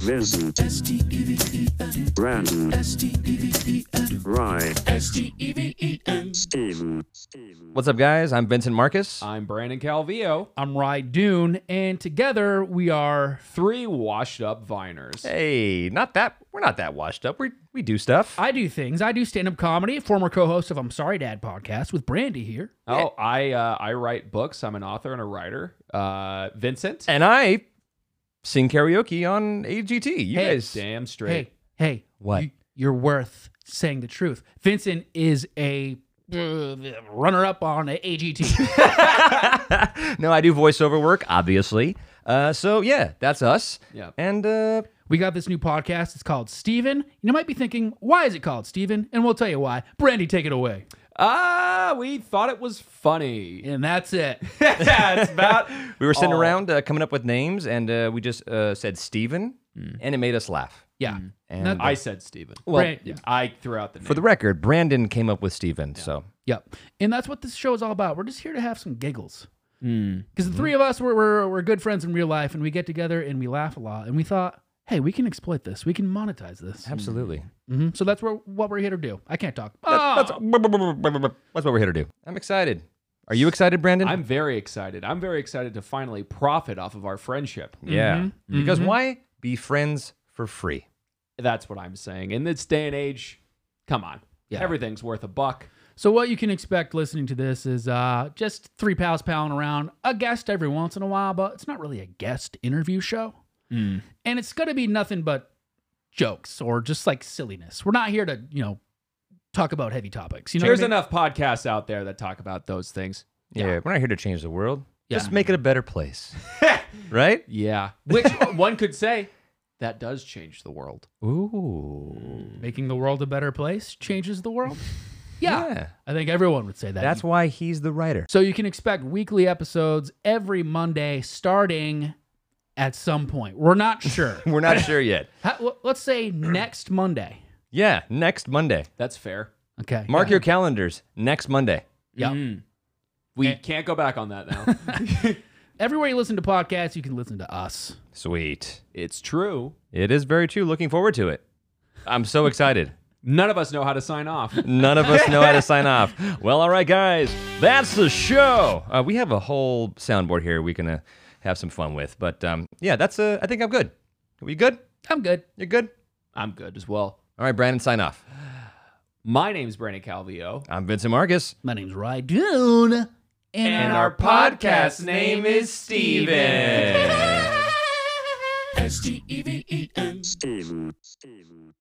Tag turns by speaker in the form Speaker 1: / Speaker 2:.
Speaker 1: Vincent. Brandon. Ryan. Steven.
Speaker 2: What's up, guys? I'm Vincent Marcus.
Speaker 3: I'm Brandon Calvillo.
Speaker 4: I'm Rye Dune, and together we are.
Speaker 3: Three washed up viners.
Speaker 2: hey, not that we're not that washed up. We we do stuff.
Speaker 4: I do things. I do stand up comedy. Former co-host of I'm Sorry Dad podcast with Brandy here.
Speaker 3: Oh, I uh, I write books. I'm an author and a writer. Uh, Vincent.
Speaker 2: and I sing karaoke on AGT. You
Speaker 4: Hey,
Speaker 2: guys,
Speaker 3: Damn straight.
Speaker 4: Hey, hey,
Speaker 2: What?
Speaker 4: You, you're worth saying the truth. Vincent is a uh, runner-up on AGT.
Speaker 2: no, I do voiceover work, obviously. Uh, so yeah, that's us.
Speaker 3: Yeah.
Speaker 2: And uh,
Speaker 4: we got this new podcast. It's called Steven. You might be thinking, why is it called Steven? And we'll tell you why. Brandy, take it away.
Speaker 3: Ah, we thought it was funny.
Speaker 4: And that's it.
Speaker 3: Yeah, it's about.
Speaker 2: we were sitting around uh, coming up with names, and uh, we just uh, said Steven, and it made us laugh.
Speaker 4: Yeah.
Speaker 2: And uh,
Speaker 4: Not-
Speaker 3: I said Steven.
Speaker 2: well,
Speaker 4: Bran-
Speaker 3: I threw out the name.
Speaker 2: for the record, Brandon came up with Steven. So
Speaker 4: Yep. And that's what this show is all about. We're just here to have some giggles. Because
Speaker 2: Mm-hmm.
Speaker 4: the three of us, we're, we're, we're good friends in real life, and we get together and we laugh a lot. And we thought, hey, we can exploit this. We can monetize this.
Speaker 2: absolutely.
Speaker 4: Mhm. So that's where, what we're here to do. I can't talk.
Speaker 2: mm-hmm.
Speaker 4: Ah!
Speaker 2: That's, that's what we're here to do. I'm excited. Are you excited, Brandon?
Speaker 3: I'm very excited. I'm very excited to finally profit off of our friendship.
Speaker 2: Yeah.
Speaker 4: Mm-hmm.
Speaker 2: Because why be friends for free?
Speaker 3: That's what I'm saying. In this day and age, come on.
Speaker 4: Yeah.
Speaker 3: Everything's worth a buck.
Speaker 4: So what you can expect listening to this is uh, just three pals palling around, a guest every once in a while, but it's not really a guest interview show, and it's gonna be nothing but jokes or just like silliness. We're not here to you know talk about heavy topics. You know, what I
Speaker 3: There's
Speaker 4: mean?
Speaker 3: enough podcasts out there that talk about those things.
Speaker 2: Yeah. We're not here to change the world. Just
Speaker 4: Yeah.
Speaker 2: make it a better place. right?
Speaker 3: Yeah. Which one could say that does change the world.
Speaker 2: Ooh.
Speaker 4: making the world a better place changes the world.
Speaker 2: Yeah.
Speaker 4: I think everyone would say that.
Speaker 2: That's why he's the writer.
Speaker 4: so you can expect weekly episodes every Monday, starting at some point. We're not sure.
Speaker 2: We're not sure yet.
Speaker 4: How, let's say next Monday.
Speaker 2: Yeah. Next Monday.
Speaker 3: That's fair.
Speaker 4: Okay.
Speaker 2: Mark your calendars. Next Monday.
Speaker 4: Yeah.
Speaker 3: We can't go back on that now.
Speaker 4: Everywhere you listen to podcasts, you can listen to us.
Speaker 2: Sweet.
Speaker 3: it's true.
Speaker 2: It is very true. Looking forward to it. I'm so excited.
Speaker 3: None of us know how to sign off.
Speaker 2: None of us know how to sign off. Well, all right, guys, that's the show. Uh, we have a whole soundboard here we can uh, have some fun with. But um, yeah, that's. Uh, I think I'm good. Are we good?
Speaker 4: I'm good.
Speaker 2: You're good.
Speaker 3: I'm good as well.
Speaker 2: All right, Brandon, sign off.
Speaker 3: My name's Brandon Calvillo.
Speaker 2: I'm Vincent Marcus.
Speaker 4: My name's Ryan Dune. And,
Speaker 3: Steven.
Speaker 1: Steven. Steven.